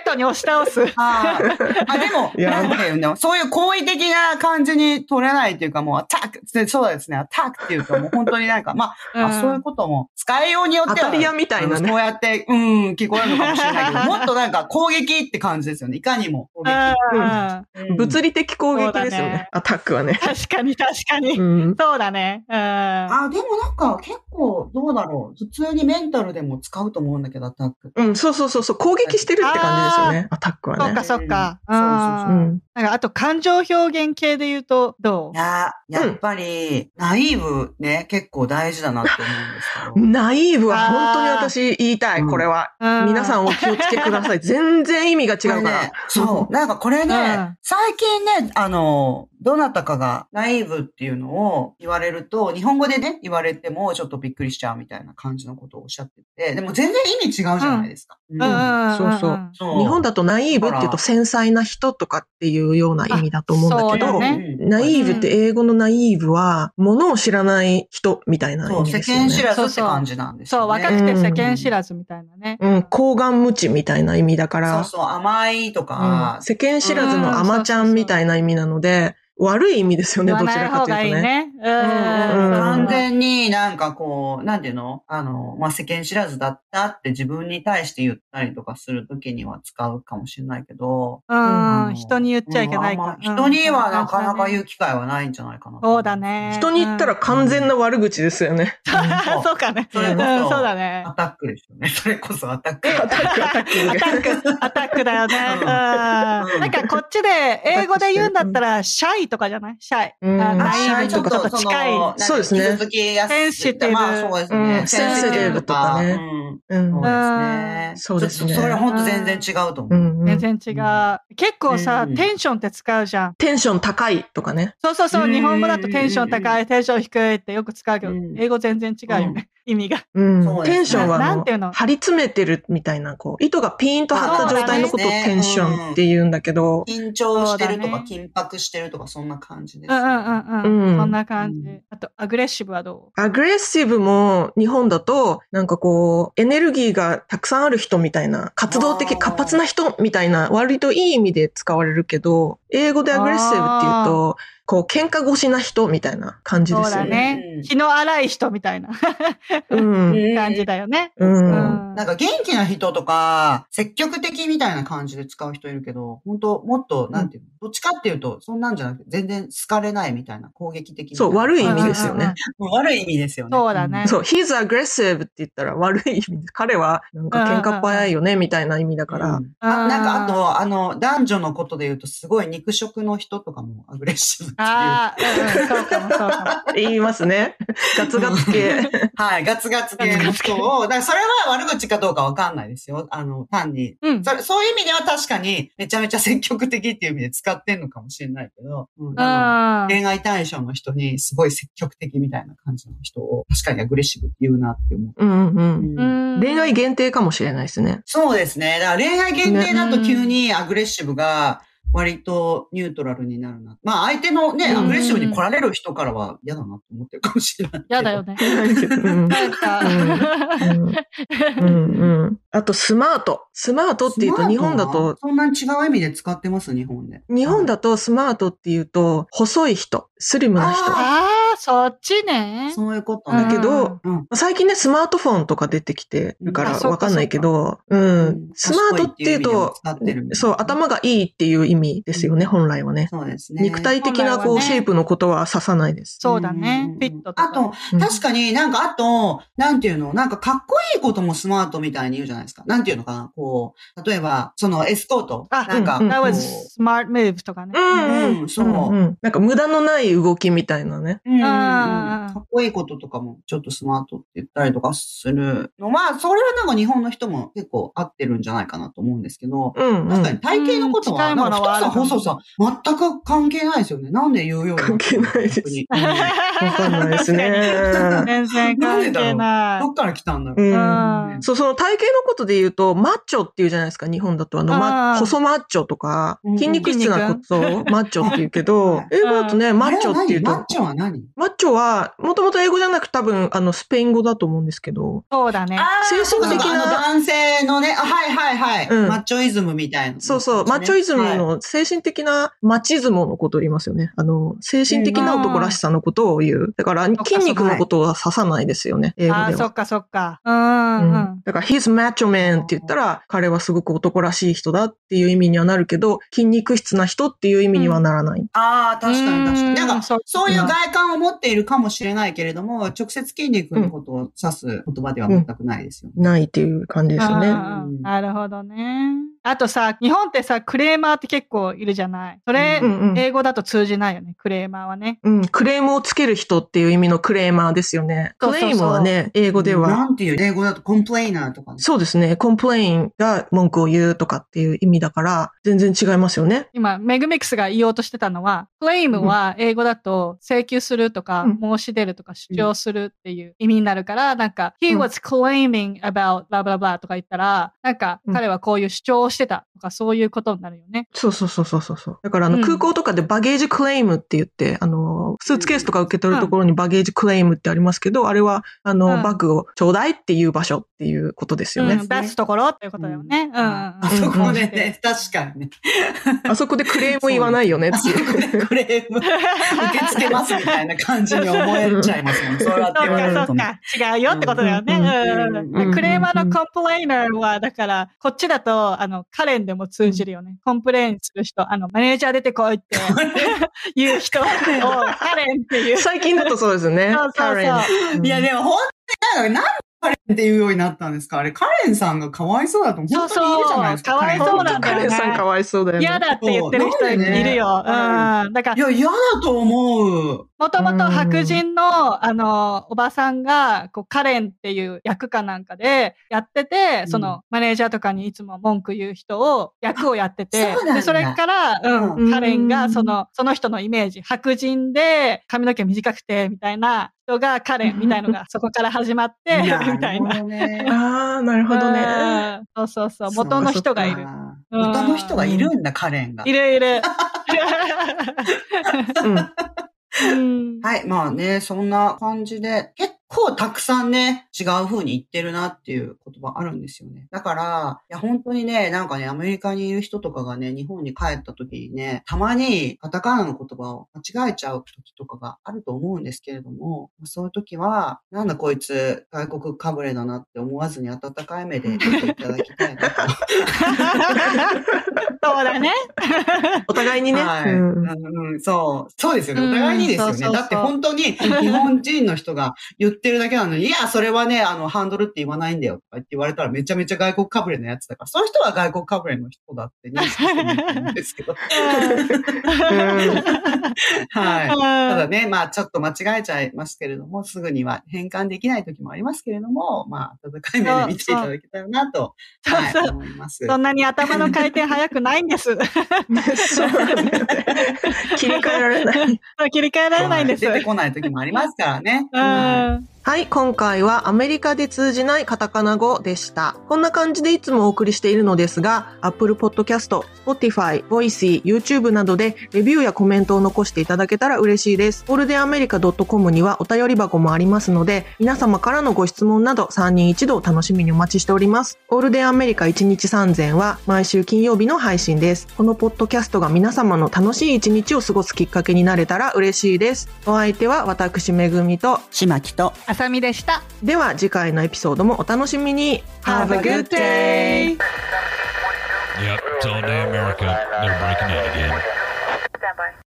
Speaker 1: ドに押し倒す。
Speaker 2: あーあ、でも、
Speaker 3: いや
Speaker 2: なんていうの、そういう好意的な感じに取れないというか、もうアタック、でそうですね、アタックっていうと、もう本当になんか、まあ、あ
Speaker 1: うん
Speaker 2: そういうことも、使いようによっては、
Speaker 3: 当たり屋みたいなね
Speaker 2: そうやって、うん、聞こえるのかもしれないけ ど、もっとなんか攻撃って感じですよね。いかにも攻
Speaker 1: う
Speaker 2: 撃。
Speaker 1: ん
Speaker 2: うん
Speaker 3: 物理的攻撃です
Speaker 1: そうだ
Speaker 3: よね。
Speaker 1: ね
Speaker 3: アタックはね。
Speaker 1: 確かに、確かに
Speaker 3: う。ん。
Speaker 1: そうだね。うん。
Speaker 2: あ、でもなんか結構どうだろう。普通にメンタルでも使うと思うんだけど、アタック。
Speaker 3: うん、そうそうそうそう、攻撃してるって感じですよね、アタック
Speaker 1: そ
Speaker 3: は
Speaker 1: っか、
Speaker 3: ね。
Speaker 1: そっか。う。
Speaker 2: うんそうそうそ
Speaker 3: うんん。
Speaker 1: なんか、あと、感情表現系で言うと、ど
Speaker 2: いうやー、やっぱり、ナイーブね、結構大事だなって思うんですけど。
Speaker 3: ナイーブは本当に私言いたい、
Speaker 2: うん
Speaker 3: これは。
Speaker 1: う
Speaker 3: 皆さんお気をつけください。全然意味が違
Speaker 2: こ
Speaker 3: うか
Speaker 2: れ
Speaker 3: ら
Speaker 2: ね。そう。なんかこれね、
Speaker 1: うん
Speaker 2: 最近ね、あの、どなたかがナイーブっていうのを言われると、日本語でね、言われてもちょっとびっくりしちゃうみたいな感じのことをおっしゃってて、でも全然意味違うじゃないですか。うん
Speaker 1: んんん
Speaker 3: そうそうん
Speaker 2: そう
Speaker 3: 日本だとナイーブっていうと繊細な人とかっていうような意味だと思うんだけ
Speaker 1: あそ
Speaker 3: ど、
Speaker 1: うだね
Speaker 3: ナイーブって英語のナイーブは、ものを知らない人みたいな
Speaker 2: そ
Speaker 3: 意
Speaker 2: う、
Speaker 3: 味
Speaker 2: 世
Speaker 3: ですよ
Speaker 2: 間知
Speaker 3: ね。
Speaker 2: らずって感じなんです
Speaker 1: そう、
Speaker 2: よね。
Speaker 1: 若くて世間知らずみたいなね。
Speaker 3: うん、高顔無知みたいな意味だ
Speaker 2: そ
Speaker 3: か
Speaker 2: う
Speaker 3: ら、
Speaker 2: そう、甘いとか
Speaker 3: うん、世間知らずの甘ちゃんみたいな意味なので、悪い意味ですよね、
Speaker 1: 言わ
Speaker 3: どち
Speaker 1: な
Speaker 3: ら
Speaker 1: い
Speaker 3: か
Speaker 1: 方
Speaker 3: という
Speaker 1: がいい
Speaker 3: とね。
Speaker 1: ね。うん
Speaker 3: うん
Speaker 2: 完全になんかこう、なんていうのあの、まあ、世間知らずだったって自分に対して言ったりとかするときには使うかもしれないけど、
Speaker 1: う、
Speaker 2: うんん
Speaker 1: 人に言っちゃいけない
Speaker 2: うんあ
Speaker 1: か
Speaker 2: ん。ま人にはなかなか言
Speaker 1: う。
Speaker 2: うん機会はないんじゃないかな。
Speaker 1: そうだ。ね。
Speaker 3: 人に言ったら完全な悪口ですよね。
Speaker 1: うん。 そうかね。う
Speaker 2: そ
Speaker 1: ん
Speaker 2: れ
Speaker 1: そう
Speaker 2: こそ
Speaker 1: だね
Speaker 2: ア。タックですよね。それこそアタック。
Speaker 3: アタック、アタッ
Speaker 1: アタ
Speaker 3: ク。
Speaker 1: ック、アタックだよね。うん。なんかこっちで英語で言うんだったら、シャイとかじゃないシャイ。
Speaker 3: うん
Speaker 1: あナイ
Speaker 2: あ
Speaker 1: ーブ
Speaker 2: ーちょ
Speaker 1: とか
Speaker 2: っと
Speaker 1: ちょっと近い。
Speaker 2: の
Speaker 3: そうですね
Speaker 2: 傷つきやすい。
Speaker 1: センシティブ
Speaker 2: まあそうです
Speaker 3: う
Speaker 2: ね。
Speaker 3: んセンシティブとかね
Speaker 2: うん
Speaker 3: うん
Speaker 2: そうですね。
Speaker 3: そうですね
Speaker 2: ちょっとそれは本当全然違うと思う。
Speaker 3: うんうん
Speaker 1: 全然違う。結構さ、
Speaker 2: うん
Speaker 1: テンションって使うじゃん。
Speaker 3: テンション高いとかね。
Speaker 1: そうそうそうう。
Speaker 2: ん
Speaker 1: 日本語だとテンション高い、テンション低いってよく使うけど
Speaker 2: う、ん
Speaker 1: 英語全然違うよね。意味が。
Speaker 3: うん
Speaker 2: そうですね
Speaker 3: テンションは
Speaker 1: な
Speaker 3: あ
Speaker 1: なん
Speaker 3: の
Speaker 1: ていうの
Speaker 3: 張り詰めてるみたいな、こう、糸がピーンと張った状態のことを
Speaker 2: そうだね
Speaker 3: テンションって言うんだけど、
Speaker 2: 緊張してると
Speaker 1: そうだね
Speaker 2: か、緊迫してるとか、そんな感じです
Speaker 1: う
Speaker 2: ね。
Speaker 1: んうんうんう。
Speaker 3: うんん
Speaker 1: そんな感じ
Speaker 2: うん。
Speaker 1: あと、アグレッシブはど
Speaker 3: アグレッシブも日本だと、なんかこう、エネルギーがたくさんある人みたいな、活動
Speaker 2: あ
Speaker 3: 的
Speaker 2: ー
Speaker 3: 活発な人みたいな、割といい意味で使われるけど、英語でアグレッシブっていうと、こう、喧嘩越しな人みたいな感
Speaker 1: う
Speaker 3: じ
Speaker 1: そ
Speaker 3: で
Speaker 1: う
Speaker 3: すよ
Speaker 1: だ
Speaker 3: ね。
Speaker 1: ね
Speaker 2: うん。
Speaker 1: 気の荒い人みたいな
Speaker 3: うん。
Speaker 2: うん
Speaker 1: 感じだよね。
Speaker 3: う。
Speaker 1: うんん
Speaker 2: なんか元気な人とか、積極的みたいな感じで使う人いるけど、本当もっと、なんていうの、どっちかっていうと、そんなんじゃなくて、全然好かれないみたいな、攻撃的
Speaker 3: そう、悪い意味ですよ
Speaker 1: うんうんうん
Speaker 3: ね。
Speaker 2: うん悪い意味ですよね。
Speaker 1: そうだね
Speaker 3: そう、he's aggressive って言ったら悪い意味で、彼はなんか喧嘩っ早いよねみたいな意味だから、
Speaker 2: うんあなんか、あと、あの、男女のことで言うと、すごい肉食の人とかもアグレッシブっていう。は
Speaker 1: ああ、うんうんそうかもそうかも。
Speaker 3: 言いますね。ガツガツ系。
Speaker 2: い、ガツガツ系の人を、だからそれは悪口かどうかわかんないですよ。あの、単に。
Speaker 1: うん。
Speaker 2: それそういう意味では確かに、めちゃめちゃ積極的っていう意味で使ってんのかもしれないけど、うんあの
Speaker 1: うん
Speaker 2: 恋愛対象の人にすごい積極的みたいな感じの人を、確かにアグレッシブって言うなって思う。
Speaker 3: うん
Speaker 2: う
Speaker 3: う。
Speaker 2: んん
Speaker 1: うん
Speaker 3: 恋愛限定かもしれないですね。
Speaker 2: そうですね。だから恋愛限定だと急にアグレッシブが割とニュートラルになるな。まあ相手のね、
Speaker 1: うん
Speaker 2: アグレッシブに来られる人からは嫌だなと思ってるかもしれないけど。
Speaker 1: やだよ ね。
Speaker 3: うん
Speaker 1: なんか、
Speaker 3: うんうんあと、スマート。スマートっていうと、日本だと、
Speaker 2: そんなに違う意味で使ってます、日本で。
Speaker 3: 日本だとスマートっていうと、細い人、スリムな人。
Speaker 1: ああ、そっちね。
Speaker 2: そういうこと
Speaker 1: ー
Speaker 3: だ
Speaker 2: ね。
Speaker 3: けど
Speaker 2: うん、
Speaker 3: 最近ね、スマートフォンとか出てきてるか
Speaker 1: うんあ
Speaker 3: ら
Speaker 1: そうか
Speaker 3: わかんないけど、
Speaker 2: う
Speaker 3: う
Speaker 2: ん
Speaker 3: ん。スマートっていうと
Speaker 2: 賢いっていう意味でも使ってるん、だ
Speaker 3: そう、頭がいいっていう意味ですよね、
Speaker 2: うん
Speaker 3: 本来はね。
Speaker 2: そうですね。
Speaker 3: 肉体的な、
Speaker 1: 本
Speaker 3: こ
Speaker 1: 来は
Speaker 3: う、
Speaker 1: ね
Speaker 3: シェイプのことは指さないです。
Speaker 1: そうだね
Speaker 2: う。ん
Speaker 1: フィット
Speaker 2: あと、、
Speaker 3: うん
Speaker 2: 確かになんかあと、なんていうのなんかかっこいいこともスマートみたいに言うじゃないですか。なんていうのかなこう、例えば、そのエスコート。
Speaker 1: あ
Speaker 2: なんか、
Speaker 3: うん
Speaker 1: That
Speaker 2: こう
Speaker 1: was smart move とかね。
Speaker 2: うん、そう。うん
Speaker 3: うんうんなんか無駄のない動きみたいなね。
Speaker 2: うんうん
Speaker 1: あー
Speaker 2: かっこいいこととかもちょっとスマートって言ったりとかするのは、それはなんか日本の人も結構合ってるんじゃないかなと思うんですけど、
Speaker 3: うん、うん。
Speaker 2: 確かに体型のこと
Speaker 1: う
Speaker 2: は、
Speaker 1: ん
Speaker 2: なんか太さ、
Speaker 1: 近いもの
Speaker 2: 細さ、全く関係ないですよね。なんで言うようになったの
Speaker 3: 関係ないで
Speaker 2: 本
Speaker 3: す
Speaker 2: 当に
Speaker 3: わかんないですね。
Speaker 1: 全然関係な
Speaker 2: どっから来たんだろう
Speaker 3: う。。
Speaker 1: い。うんん。
Speaker 3: そう、その体型のことで言うと、マッチョっていうじゃないですか、日本だと。あの、
Speaker 1: あ
Speaker 3: ま、
Speaker 1: ー
Speaker 3: 細マッチョとか
Speaker 2: うん、
Speaker 3: 筋肉質なことをマッチョって言う けど、英語だとね、マッチョっていう
Speaker 2: あれは何マッ
Speaker 3: と、
Speaker 2: チョは何
Speaker 3: マッチョは、もともと英語じゃなく多分、あの、スペイン語だと思うんですけど、
Speaker 1: そうだね。
Speaker 3: 精
Speaker 2: そう
Speaker 3: 神的
Speaker 2: そうあの
Speaker 3: な、
Speaker 2: 男性のね、あはいはいはい、
Speaker 3: うん
Speaker 2: マッチョイズムみたいな。
Speaker 3: そうそう、マッチョイズム
Speaker 2: はい
Speaker 3: の精神的なマッチズモのことを言いますよね。あの、精神的な男らしさのことを言う。だから、
Speaker 1: か
Speaker 3: 筋肉のことは指さないですよね、英語
Speaker 1: ああ、
Speaker 3: で
Speaker 1: そ
Speaker 3: は。
Speaker 1: っかそっか。うんう
Speaker 3: うんん。だから、he's macho man って言ったら、彼はすごく男らしい人だっていう意味にはなるけど、筋肉質な人っていう意味にはならない。
Speaker 2: ああ、確かに確か
Speaker 1: うん
Speaker 2: に。なん
Speaker 1: そ
Speaker 2: か
Speaker 1: う、
Speaker 2: そういう外観を持っているかもしれないけれども、直接筋肉のことを指す言葉では全くないですよね。
Speaker 3: ないっていう感じですよね。
Speaker 1: うんうんなるほどね。あとさ、日本ってさ、クレーマーって結構いるじゃない。それ、
Speaker 3: うんうん
Speaker 1: 英語だと通じないよね、クレーマーはね。
Speaker 3: うん、クレームをつける人っていう意味のクレーマーですよね。
Speaker 1: そう
Speaker 3: ク
Speaker 1: そうそう
Speaker 3: レームはね、英語で
Speaker 2: な
Speaker 3: は。
Speaker 2: んていう英語だとコンプレイナーとかね。
Speaker 3: そうですね。コンプレインが文句を言うとかっていう意味だから、全然違いますよね。
Speaker 1: 今、メグミックスが言おうとしてたのは、クレイムは英語だと請求するとか、
Speaker 3: うん
Speaker 1: 申し出るとか主張するっていう意味になるから、なんか、he was claiming about blah blah blah とか言ったら、なんか、
Speaker 3: うん
Speaker 1: 彼はこういう主張をしてたとか、そういうことになるよね。
Speaker 3: そうそうそうそうそうそう。だからあ
Speaker 1: う
Speaker 3: の
Speaker 1: ん
Speaker 3: 空港とかでバゲージクレームって言って、あの、スーツケースとか受け取るところにバゲージクレームってありますけど、あれはあの、
Speaker 1: うん
Speaker 3: バッグをちょうだいっていう場所っていうことですよね。
Speaker 1: うん、出すところっていうことだよね。うん。うん
Speaker 2: あそこでね、確かにね。
Speaker 3: あそこでクレーム言わないよね
Speaker 2: あ
Speaker 3: って
Speaker 2: そこ
Speaker 3: いう。
Speaker 2: でクレーム受け付けますみたいな感じに思えちゃいます もん。そうやって
Speaker 1: そう
Speaker 2: 言われ
Speaker 1: か、
Speaker 2: る
Speaker 1: そ
Speaker 2: と
Speaker 1: う
Speaker 2: ね。
Speaker 1: か。違うよってことだよね。
Speaker 3: う
Speaker 1: うんんうん
Speaker 3: うん
Speaker 1: うんクレーマーのコンプレイナーは、だから、こっちだと、あの、カレンでも通じるよね。コンプレインする人、あの、マネージャー出てこいって言う人を、カレンっていう。
Speaker 3: 最近だとそうです
Speaker 1: そ
Speaker 3: ね。
Speaker 1: うそうそう
Speaker 3: カレン
Speaker 2: いや、でも本当になんか、なんでカレンって言うようになったんですかあれ、カレンさんがかわいそうだと思う本当にいるじゃないですか。
Speaker 1: そうそう
Speaker 2: カレン
Speaker 1: かわ
Speaker 2: さん
Speaker 1: いそうなんだ
Speaker 3: カ
Speaker 1: よね
Speaker 3: レンさんかわいそうだよね。
Speaker 1: 嫌だって言ってる人いるよ。
Speaker 2: そうな
Speaker 1: うん。だから
Speaker 2: い、や、嫌だと思う。
Speaker 1: もともと
Speaker 3: うん
Speaker 1: 白人の、あの、おばさんが、こう、カレンっていう役かなんかでやってて、
Speaker 2: うん
Speaker 1: その、マネージャーとかにいつも文句言う人を、役をやって
Speaker 2: あ
Speaker 1: て
Speaker 2: そうなんだ、
Speaker 1: でそれから、うん、
Speaker 3: うん
Speaker 1: カレンが、その、その人のイメージ、白人で、髪の毛短くて、みたいな人が、カレンみたいのが、そこから始ま って、みたいな。
Speaker 2: るほどね。
Speaker 3: ああ、なるほどね。
Speaker 1: うんそうそうそう、元の人がい
Speaker 2: そう
Speaker 1: る。
Speaker 2: か
Speaker 1: うん
Speaker 2: 元の人がいるんだ、カレンが。
Speaker 1: いるい る。
Speaker 3: うん
Speaker 1: うん
Speaker 2: はい、まあね、そんな感じで、結構たくさんね、違う風に言ってるなっていう言葉あるんですよね。だから、いや、本当にね、なんかね、アメリカにいる人とかがね、日本に帰った時にね、たまにカタカナの言葉を間違えちゃう時とかがあると思うんですけれども、そういう時は、なんだこいつ、外国かぶれだなって思わずに温かい目で見ていただきたいなと。
Speaker 1: そうだね。
Speaker 3: お互いにね。
Speaker 2: はい、
Speaker 3: うん
Speaker 2: うんうんそう。そうですよね。
Speaker 1: う
Speaker 2: お
Speaker 1: ん
Speaker 2: 互いにですよね。
Speaker 1: そうそうそう
Speaker 2: だって本当に日本人の人が言ってるだけなのに、い や、それはね、あの、ハンドルって言わないんだよとか言って言われたらめちゃめちゃ外国かぶれのやつだから、そういう人は外国かぶれの人だって認識してもいいと思うんですけ ど。はい。ただね、まあちょっと間違えちゃいますけれども、すぐには変換できない時もありますけれども、まあ温かい目で見ていただけたらなと、
Speaker 1: そう
Speaker 2: は
Speaker 1: そう
Speaker 2: い、思います。
Speaker 1: そんなに頭の回転早くないん です。
Speaker 3: そうなんだよね。切り替えられない。
Speaker 1: 切り替えられないんです。
Speaker 2: 出てこない時もありますからね。
Speaker 1: うん。
Speaker 3: はい、今回はアメリカで通じないカタカナ語でした。こんな感じでいつもお送りしているのですが、Apple Podcast、Spotify、Voicy、YouTube などでレビューやコメントを残していただけたら嬉しいです。ゴールデンアメリカ .com にはお便り箱もありますので、皆様からのご質問など3人一度を楽しみにお待ちしております。ゴールデンアメリカ1日3000は毎週金曜日の配信です。このポッドキャストが皆様の楽しい一日を過ごすきっかけになれたら嬉しいです。お相手は私めぐみと
Speaker 2: しまきと、
Speaker 1: あさみでした。
Speaker 3: では次回のエピソードもお楽しみに
Speaker 1: Have a good day!
Speaker 4: Yep, it's all day America. They're breaking out again.